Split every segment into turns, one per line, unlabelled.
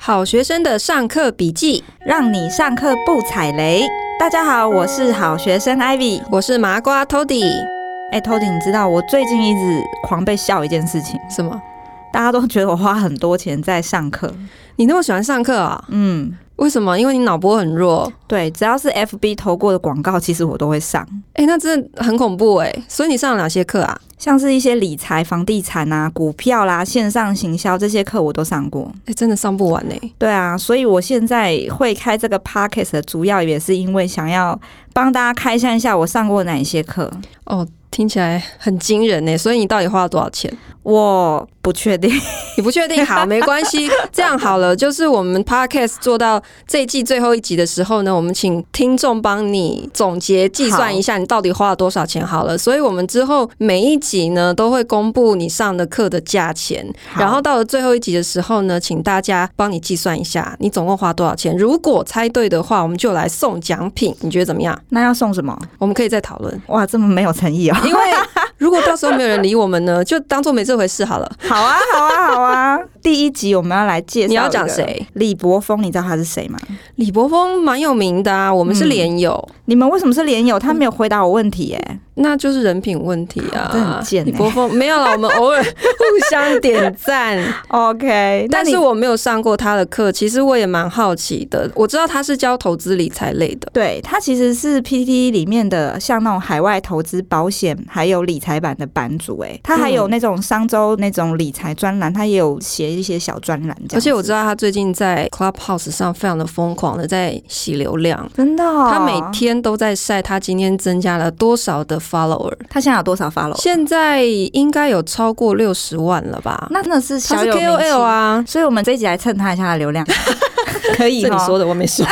好学生的上课笔记，
让你上课不踩雷。大家好，我是好学生 Ivy。
我是麻瓜 Toddy。
哎、t o d d y 你知道我最近一直狂被笑一件事情，
什么？
大家都觉得我花很多钱在上课。
你那么喜欢上课啊？
嗯，
为什么？因为你脑波很弱。
对，只要是 FB 投过的广告，其实我都会上，
哎、那真的很恐怖哎、所以你上了哪些课啊？
像是一些理财、房地产啊、股票啦、线上行销这些课我都上过。
哎、真的上不完哎、
对啊，所以我现在会开这个 podcast 的主要也是因为想要帮大家开箱一下我上过哪一些课。
哦，听起来很惊人哎、所以你到底花了多少钱？
我不确定，
你不确定？好， 没关系。这样好了，就是我们 podcast 做到这一季最后一集的时候呢，我们请听众帮你总结计算一下，你到底花了多少钱好了。所以我们之后每一集呢，都会公布你上的课的价钱。然后到了最后一集的时候呢，请大家帮你计算一下，你总共花多少钱。如果猜对的话，我们就来送奖品，你觉得怎么样？
那要送什么？
我们可以再讨论。
哇，这么没有诚意 哦！
因为如果到时候没有人理我们呢，就当做没这回事好了。
好啊，好啊，好啊！第一集我们要来介绍，
你要讲？谁？
李博峰，你知道他是谁吗？
李博峰蛮有名的啊，我们是
嗯
连友。
你们为什么是连友？他没有回答我问题耶、
那就是人品问题啊，
真的很贱欸
李博峰没有了，我们偶尔互相点 赞，
OK，
但
但
是
是
我没有上过他的课，其实我也蛮好奇的。我知道他是教投资理财类的，
对他其实是 PTT 里面的像那种海外投资、保险还有理财版的版主哎、他还有那种商周那种理财专栏，他也有写一些小专栏这样子。
而且我知道他最近在 Clubhouse 上非常的疯狂的在洗流量。
真的哦、
他每天都在晒他今天增加了多少的 follower，
他现在有多少 follow？
现在应该有超过六十万了吧？
那真的是
他
小
是
有名气
KOL，啊，
所以我们这一集来蹭他一下他的流量，可以
这你
哦
说的我没 说。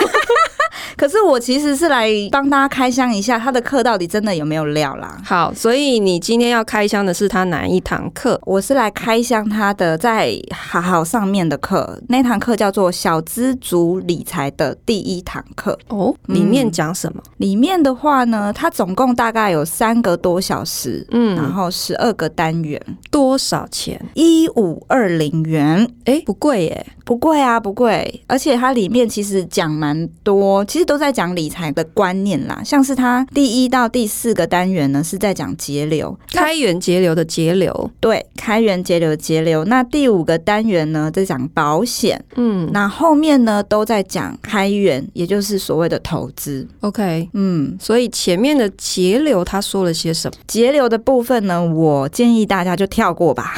可是我其实是来帮大家开箱一下他的课到底真的有没有料啦。
好，所以你今天要开箱的是他哪一堂课？
我是来开箱他的在好好上面的课，那堂课叫做《小资族理财的第一堂课
哦，
嗯
里面讲什么？》。
里面的话呢，它总共大概有三个多小时，然
嗯，
后十二个单元，
多少钱？
一五二零元。
哎、不贵耶、
不贵啊，不贵，而且它里面其实讲蛮多，其实都在讲理财的观念啦。像是它第一到第四个单元呢，是在讲节流，那
开源节流的节流，
对开源节流节流。那第五个单元呢，在讲保险，
嗯
那后面呢都在讲开源，也就是所谓的投资。
，OK。
嗯，
所以前面的节流他说了些什么？
节流的部分呢，我建议大家就跳过吧，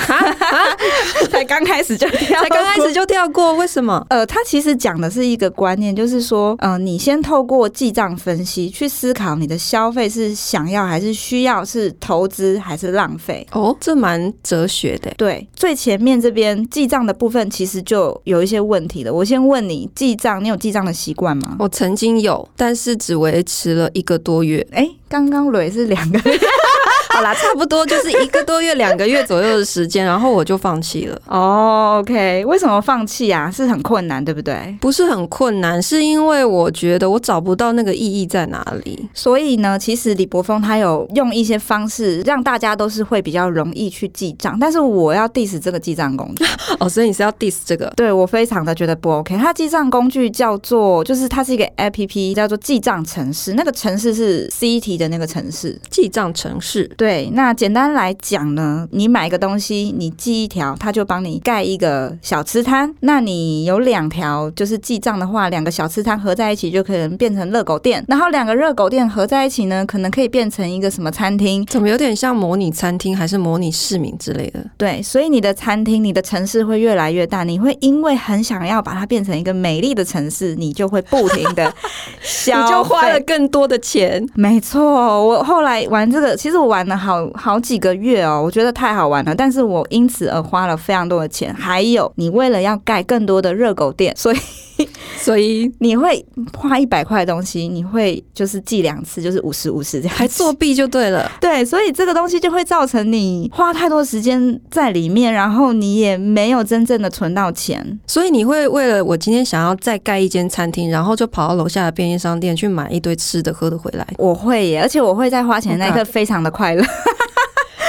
才刚开始就跳
才刚开
过
始就跳过，为什么？
呃，他其实讲的是一个观念，就是说，呃，你先透过记账分析去思考你的消费是想要还是需要，是投资还是浪费。
哦，这蛮哲学的耶。
对，最前面这边记账的部分其实就有一些问题了。我先问你，记账你有记账的习惯吗？
我曾经有，但是只维持了一个多 月，
哎，刚刚蕊是两个
好啦，差不多就是一个多月、两个月左右的时间，然后我就放弃了。
哦，OK，为什么放弃啊？是很困难，对不对？
不是很困难，是因为我觉得我找不到那个意义在哪里。
所以呢，其实李博峰他有用一些方式让大家都是会比较容易去记账，但是我要 diss 这个记账工具。
哦，所以你是要 diss 这个？
对我非常的觉得不 OK。它记账工具叫做，就是它是一个 APP，叫做记账城市。那个城市是 CT 的那个城市。
记账城市。
对，那简单来讲呢，你买一个东西，你记一条，它就帮你盖一个小吃摊。那你有两条，就是记账的话，两个小吃摊合在一起就可能变成热狗店，然后两个热狗店合在一起呢，可能可以变成一个什么餐厅。
怎么有点像模拟餐厅还是模拟市民之类的？
对，所以你的餐厅、你的城市会越来越大，你会因为很想要把它变成一个美丽的城市，你就会不停的消
你就花了
费。
更多的钱。
没错，我后来玩这个，其实我玩了好好几个月哦，我觉得太好玩了，但是我因此而花了非常多的钱。还有，你为了要盖更多的热狗店，所以
所以
你会花一百块的东西，你会就是记两次，就是五十五十这样子，
还作弊就对了。
对，所以这个东西就会造成你花太多时间在里面，然后你也没有真正的存到钱。
所以你会为了我今天想要再盖一间餐厅，然后就跑到楼下的便利商店去买一堆吃的喝的回来。
我会耶，而且我会在花钱的那一刻非常的快乐。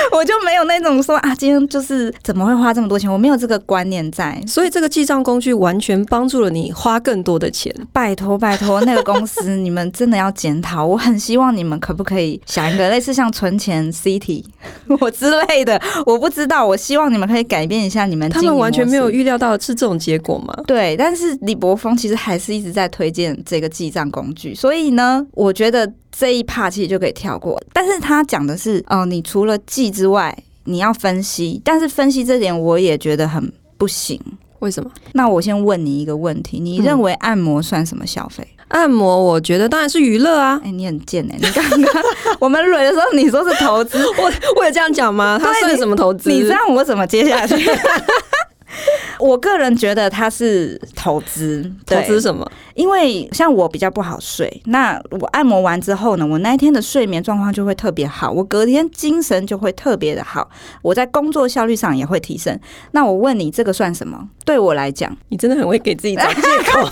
我就没有那种说啊，今天就是怎么会花这么多钱？我没有这个观念在。
所以这个记账工具完全帮助了你花更多的钱。
拜托拜托，那个公司你们真的要检讨。我很希望你们可不可以想一个类似像存钱 CT 我之类的，我不知道。我希望你们可以改变一下你们
他
经
们
营
完全
模
没有
式
预料到是这种结果吗？
对，但是李博峰其实还是一直在推荐这个记账工具，所以呢，我觉得这一 part 其实就可以跳过。但是他讲的是，哦、你除了记之外，你要分析，但是分析这点我也觉得很不行。
为什么？
那我先问你一个问题，你
嗯
认为按摩算什么消费？
按摩，我觉得当然是娱乐啊
哎、。你很贱哎、你刚刚我们轮的时候你说是投
哎
资，
我有这样讲吗？它
对
算
你
什么投资？
你让我怎么接下去？我个人觉得它是投资，
投
对
资什么？
因为像我比较不好睡，那我按摩完之后呢，我那一天的睡眠状况就会特别好，我隔天精神就会特别的好，我在工作效率上也会提升。那我问你，这个算什么？ 对我来讲，
你真的很会给自己找借口。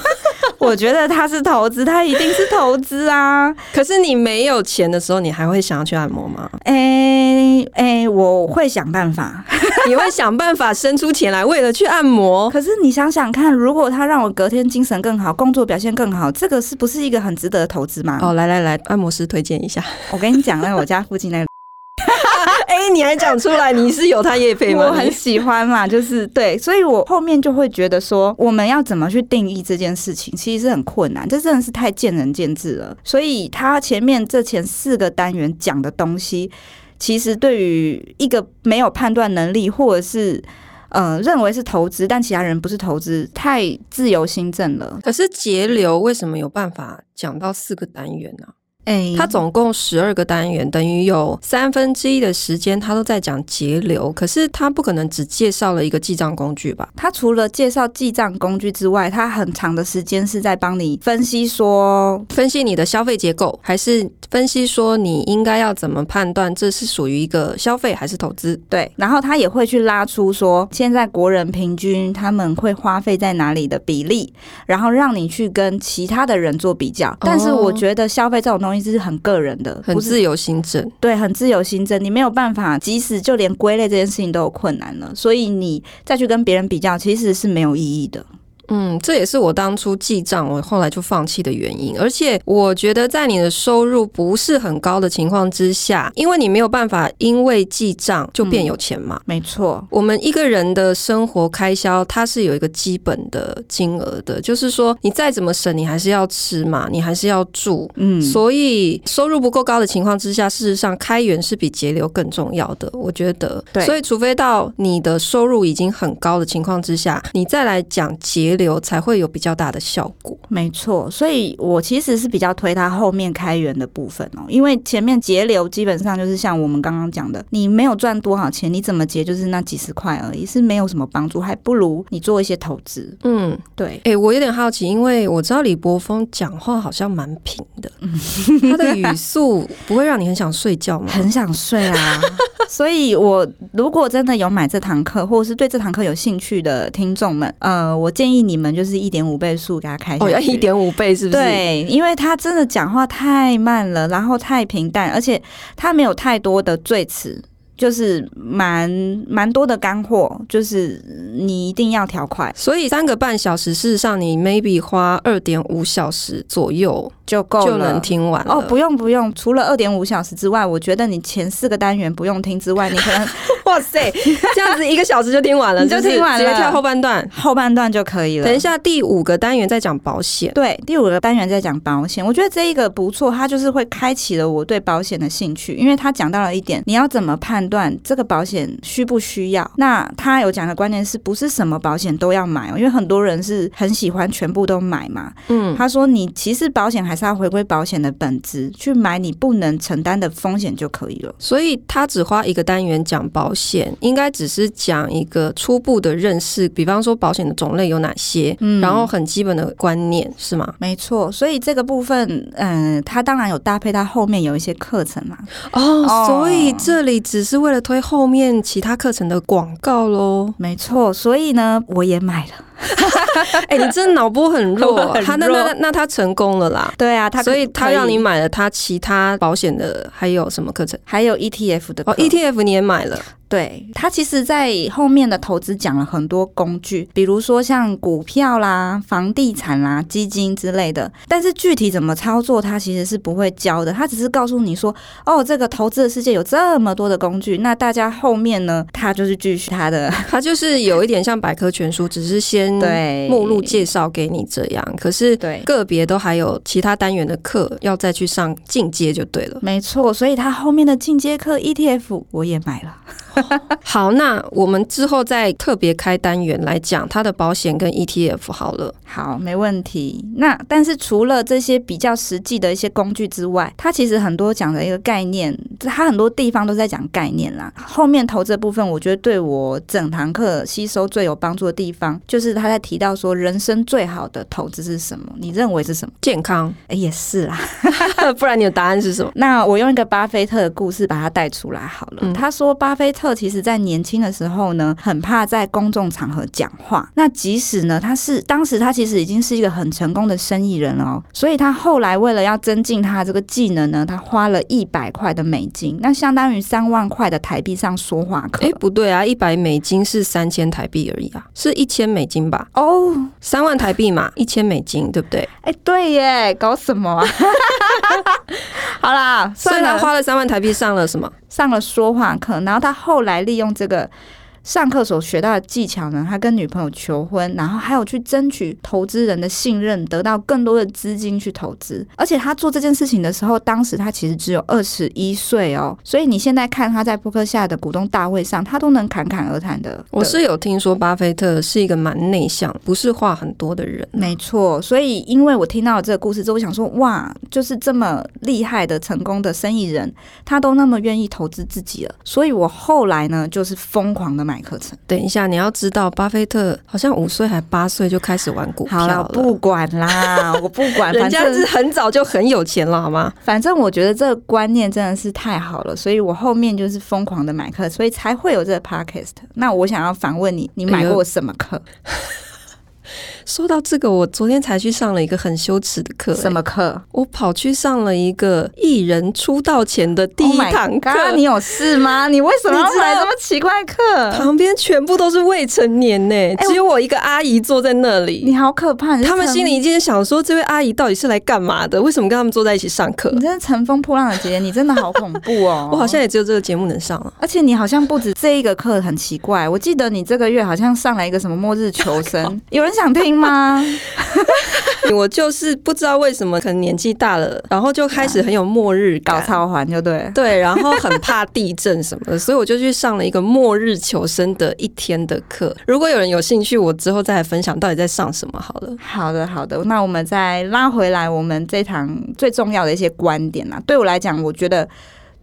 我觉得它是投资，它一定是投资啊！
可是你没有钱的时候，你还会想要去按摩吗？
诶诶，我会想办法。
你会想办法生出钱来，为了去按摩？
可是你想想看，如果它让我隔天精神更好，工作表现更好，这个是不是一个很值得的投资吗？
哦，来来来，按摩师推荐一下。
我跟你讲，那我家附近那个。
哎、你还讲出来，你 是有他业配吗？
我很喜欢嘛，就是对，所以我后面就会觉得说，我们要怎么去定义这件事情，其实是很困难，这真的是太见仁见智了。所以他前面这前四个单元讲的东西，其实对于一个没有判断能力，或者是呃认为是投资，但其他人不是投资，太自由心证了。
可是节流为什么有办法讲到四个单元呢、
哎
它总共十二个单元，等于有三分之一的时间它都在讲节流。可是它不可能只介绍了一个记账工具吧？
他除了介绍记账工具之外，他很长的时间是在帮你分析说
分析你的消费结构，还是分析说你应该要怎么判断这是属于一个消费还是投资？
对，然后他也会去拉出说，现在国人平均他们会花费在哪里的比例，然后让你去跟其他的人做比较。但是我觉得消费这种东西是很个人的，
很
不是
自由行政，
对，很自由心证，你没有办法，即使就连归类这件事情都有困难了，所以你再去跟别人比较，其实是没有意义的。
嗯，这也是我当初记账，我后来就放弃的原因。而且我觉得，在你的收入不是很高的情况之下，因为你没有办法因为记账就变有钱嘛。
没错，
我们一个人的生活开销，它是有一个基本的金额的，就是说你再怎么省，你还是要吃嘛，你还是要住，
嗯，
所以收入不够高的情况之下，事实上开源是比节流更重要的，我觉得。
对
所以除非到你的收入已经很高的情况之下，你再来讲节流才会有比较大的效果。
没错，所以我其实是比较推它后面开源的部分哦，因为前面节流基本上就是像我们刚刚讲的，你没有赚多少钱，你怎么节就是那几十块而已，是没有什么帮助，还不如你做一些投资。
嗯，
对，
诶、我有点好奇，因为我知道李博峰讲话好像蛮平 的，他的语速不会让你很想睡觉吗？
很想睡啊， 所以我如果真的有买这堂课，或者是对这堂课有兴趣的听众们，呃，我建议你们就是一点五倍速给他开 下
哦，
去，
要一点五倍是不是？，
对，因为他真的讲话太慢了，然后太平淡，而且他没有太多的赘词，就是蛮蛮多的干货，就是你一定要调快
所以三个半小时，事实上你 maybe 花二点五小时左右
就够
就
了。
能听完了
哦，不用不用，除了二点五小时之外，我觉得你前四个单元不用听之外，你可能
哇塞， 这样子一个小时就听完了，
你就是
不是
听完了啊
直接跳后半段。
后半段就可以了。
等一下，第五个单元在讲保险。
对，第五个单元在讲保险，我觉得这一个不错，它就是会开启了我对保险的兴趣，因为它讲到了一点，你要怎么判断这个保险需不需要？那它有讲的观念是不是什么保险都要买哦？因为很多人是很喜欢全部都买嘛。
嗯，
他说，你其实保险还是要回归保险的本质，去买你不能承担的风险就可以了。
所以他只花一个单元讲保险，应该只是讲一个初步的认识，比方说保险的种类有哪些，
嗯
然后很基本的观念是吗？
没错，所以这个部分，嗯、它当然有搭配，它后面有一些课程嘛，
哦
哦，
所以这里只是为了推后面其他课程的广告喽。
没错，所以呢，我也买了。
哎、你真的脑波很弱啊，
我很
他那那
弱
那那他成功了啦。
对啊，他
所以他
可
让你买了他其他保险的，还有什么课程？
还有 ETF 的
哦
课
，ETF 你也买了，
对，它其实在后面的投资讲了很多工具，比如说像股票啦、房地产啦、基金之类的。但是具体怎么操作，它其实是不会教的，它只是告诉你说，哦，这个投资的世界有这么多的工具。那大家后面呢，它就是继续它的
他就是有一点像百科全书，只是先
对
嗯目录介绍给你这样。可是
对。
个别都还有其他单元的课要再去上进阶就对了。
没错，所以它后面的进阶课 ETF 我也买了。
好，那我们之后再特别开单元来讲它的保险跟 ETF 好了。
好，没问题。那但是除了这些比较实际的一些工具之外，它其实很多讲的一个概念，它很多地方都在讲概念啦。后面投资的部分，我觉得对我整堂课吸收最有帮助的地方，就是他在提到说人生最好的投资是什么？你认为是什么？
健康，
哎，也是啦。
不然你的答案是 什么？
那我用一个巴菲特的故事把它带出来好了。
嗯
他说，巴菲特其实在年轻的时候呢，很怕在公众场合讲话。那即使呢，他是当时他其实已经是一个很成功的生意人了哦，所以他后来为了要增进他这个技能呢，他花了一百块的美金，那相当于三万块的台币上说话课。
哎、不对啊，一百美金是三千台币而已啊，是一千美金吧？
哦，
三万台币嘛，一千美金，对不对？
哎，对耶，搞什么啊？ 好啦，
所以
算
他
了，
花了三万台币上了什么？
上了说话课，然后他后来利用这个上课所学到的技巧呢，他跟女朋友求婚，然后还有去争取投资人的信任，得到更多的资金去投资。而且他做这件事情的时候，当时他其实只有二十一岁哦，所以你现在看他在扑克下的股东大会上，他都能侃侃而谈的。
我是有听说巴菲特是一个蛮内向，不是话很多的人。
没错，所以因为我听到了这个故事之后，我想说，哇，就是这么厉害的成功的生意人，他都那么愿意投资自己了。所以我后来呢，就是疯狂的买课程。
等一下，你要知道，巴菲特好像五岁还八岁就开始玩股票
好
了
了，，不管 啦，我不管，
人
反
家是
正
很早就很有钱了，好吗？
反正我觉得这个观念真的是太好了，所以我后面就是疯狂的买课，所以才会有这个 podcast。那我想要反问你，你
哎
买过什么课？
说到这个，我昨天才去上了一个很羞耻的课、哎
什么课？
我跑去上了一个艺人出道前的第
Oh
一
my
堂课
God，你有事吗？你为什么要
你知道
买这么奇怪的课？
旁边全部都是未成年呢、
哎我
只有我一个阿姨坐在那里。
你好可怕！你是
他们
乘
心里已经想说，这位阿姨到底是来干嘛的？为什么跟他们坐在一起上课！
你？真的乘风破浪的姐姐，你真的好恐怖哦
我好像，也只有这个节目能上了。啊
而且你好像不止这一个课很奇怪，我记得你这个月好像上了一个什么末日求 生，有人想听吗？
我就是不知道为什么，可能年纪大了，然后就开始很有末日
搞
感。
超环就对了。
对，然后很怕地震什么的，所以我就去上了一个末日求生的一天的课。如果有人有兴趣，我之后再来分享到底在上什么好了。
好的，好的，那我们再拉回来我们这堂最重要的一些观点啦。对我来讲，我觉得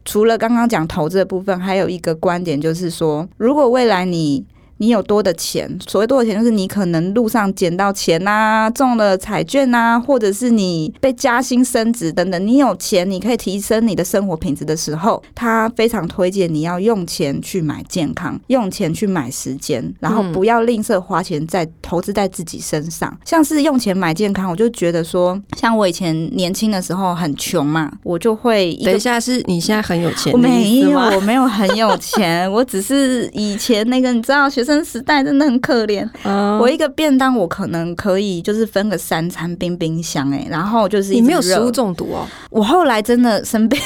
除了刚刚讲投资的部分，还有一个观点就是说，如果未来你你有多的钱，所谓多的钱就是你可能路上捡到钱呐、中了彩券呐、或者是你被加薪升职等等，你有钱，你可以提升你的生活品质的时候，他非常推荐你要用钱去买健康，用钱去买时间，然后
嗯
不要吝啬花钱在投资在自己身上。像是用钱买健康，我就觉得说，像我以前年轻的时候很穷嘛，我就会一
等
个
一下，是你现在很有钱
我
的
没
意思
有，
吗？
我没有很有钱， 我只是以前那个你知道，学生时代真的很可怜。
嗯
我一个便当，我可能可以就是分个三餐冰冰箱哎、然后就是一
你
直
没有
热
食物中毒哦。
我后来真的生病，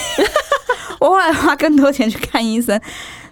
我后来花更多钱去看医生。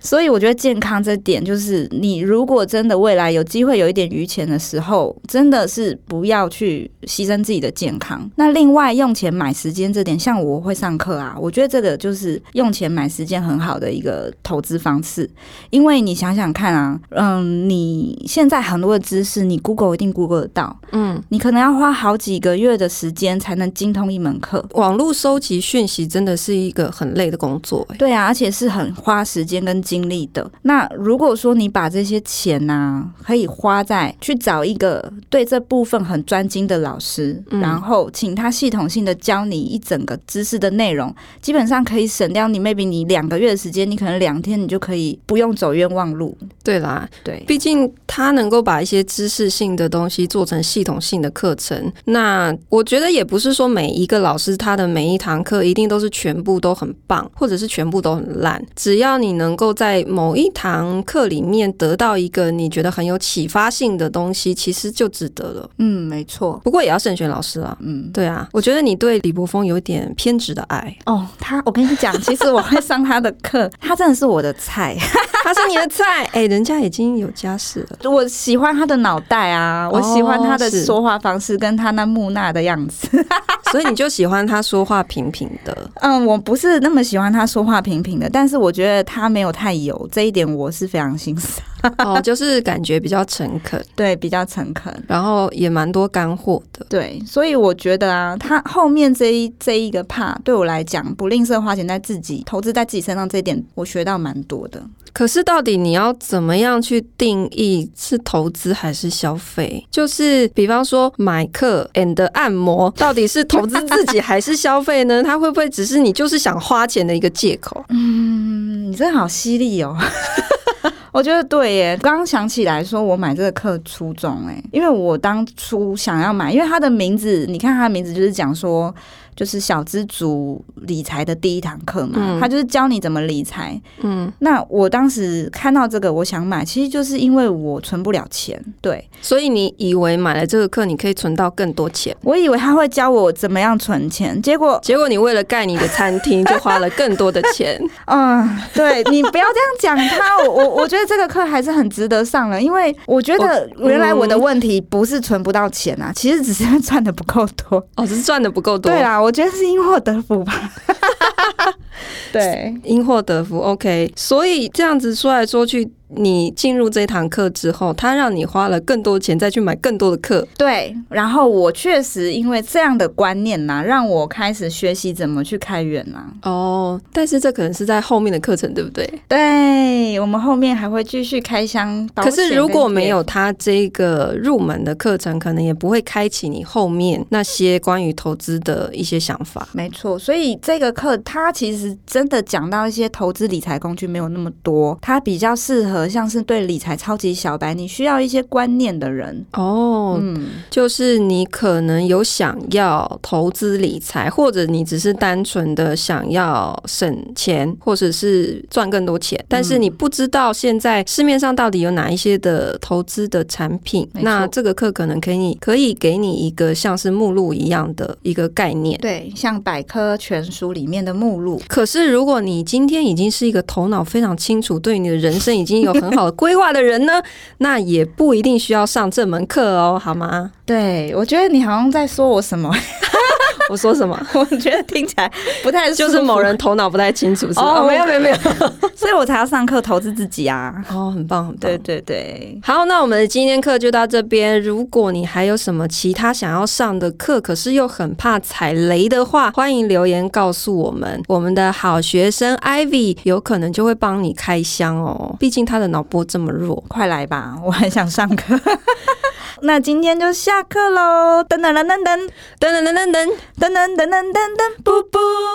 所以我觉得健康这点，就是你如果真的未来有机会有一点余钱的时候，真的是不要去牺牲自己的健康。那另外用钱买时间这点，像我会上课啊，我觉得这个就是用钱买时间很好的一个投资方式。因为你想想看啊，嗯，你现在很多的知识，你 Google 一定 Google 得到，
嗯，
你可能要花好几个月的时间才能精通一门课。
网络收集讯息真的是一个很累的工作、欸。
对啊，而且是很花时间跟经历的。那如果说你把这些钱呐、可以花在去找一个对这部分很专精的老师，
嗯
然后请他系统性的教你一整个知识的内容，基本上可以省掉你 maybe 你两个月的时间，你可能两天你就可以不用走冤枉路。
对啦，
对，
毕竟他能够把一些知识性的东西做成系统性的课程，那我觉得也不是说每一个老师他的每一堂课一定都是全部都很棒，或者是全部都很烂。只要你能够在某一堂课里面得到一个你觉得很有启发性的东西，其实就值得了。
嗯，没错，
不过也要慎选老师啦。
嗯。
对啊，我觉得你对李博峰有一点偏执的爱，
哦，他，我跟你讲，其实我会上他的课，他真的是我的菜。
他是你的菜。哎、人家已经有家室了。
我喜欢他的脑袋啊，我喜欢他的
哦是
说话方式，跟他那木讷的样子。
所以你就喜欢他说话平平的，
嗯，我不是那么喜欢他说话平平的，但是我觉得他没有太油，这一点我是非常欣赏。
哦，就是感觉比较诚恳，
对，比较诚恳。
然后也蛮多干货的。
对，所以我觉得啊，他后面这一这一个 part 对我来讲，不吝啬花钱在自己投资在自己身上这一点，我学到蛮多的。
可是到底你要怎么样去定义是投资还是消费？就是比方说买课 and 按摩，到底是投资自己还是消费呢？ 它会不会只是你就是想花钱的一个借口？
嗯，你真的好犀利哦。 我觉得对耶，刚刚想起来说，我买这个课初衷哎，因为我当初想要买，因为它的名字，你看它的名字就是讲说，就是小资族理财的第一堂课嘛，
嗯
它就是教你怎么理财。
嗯，
那我当时看到这个，我想买，其实就是因为我存不了钱，对
所以你以为买了这个课你可以存到更多钱，
我以为他会教我怎么样存钱，结果
结果你为了盖你的餐厅就花了更多的钱。
嗯，对你不要这样讲他，我我我觉得这个课还是很值得上的，因为我觉得
我
原来我的问题不是存不到钱啊，其实只是 赚的不够多。
哦，只是赚的不够多。
对啦，我觉得是因祸得福 吧。对，
因祸得福，OK。所以这样子说来说去，你进入这堂课之后，他让你花了更多钱再去买更多的课，
对，然后我确实因为这样的观念呐、让我开始学习怎么去开源啦、
哦。但是这可能是在后面的课程，对不对？
对我们后面还会继续开箱。
可是如果没，有他这个入门的课程，可能也不会开启你后面那些关于投资的一些想法。
没错，所以这个课它其实真的讲到一些投资理财工具没有那么多，它比较适合像是对理财超级小白，你需要一些观念的人。
哦，
嗯，
就是你可能有想要投资理财，或者你只是单纯的想要省钱，或者是赚更多钱，但
嗯
是你不知道现在市面上到底有哪一些的投资的产品。
没错
那这个课可能可以可以给你一个像是目录一样的一个概念。
对，像百科全书里面的目录，
可是，如果你今天已经是一个头脑非常清楚，对你的人生已经有很好的规划的人呢，那也不一定需要上这门课哦，好吗？
对我觉得你好像在说我什么，
我说什么？
我觉得听起来不太呃舒
就
服
是某人头脑不太清楚，是吧？，
哦，没有没有没有所以我才要上课投资自己啊。
哦，很棒，很棒
对。对对，
好，那我们的今天课就到这边。如果你还有什么其他想要上的课，可是又很怕踩雷的话，欢迎留言告诉我们。我们的好学生 Ivy 有可能就会帮你开箱哦，毕竟他的脑波这么弱。
快来吧，我很想上课。 那今天就下课喽，噔噔噔噔噔。
噔噔噔噔噔。
噔噔噔噔噔噔，噗噗。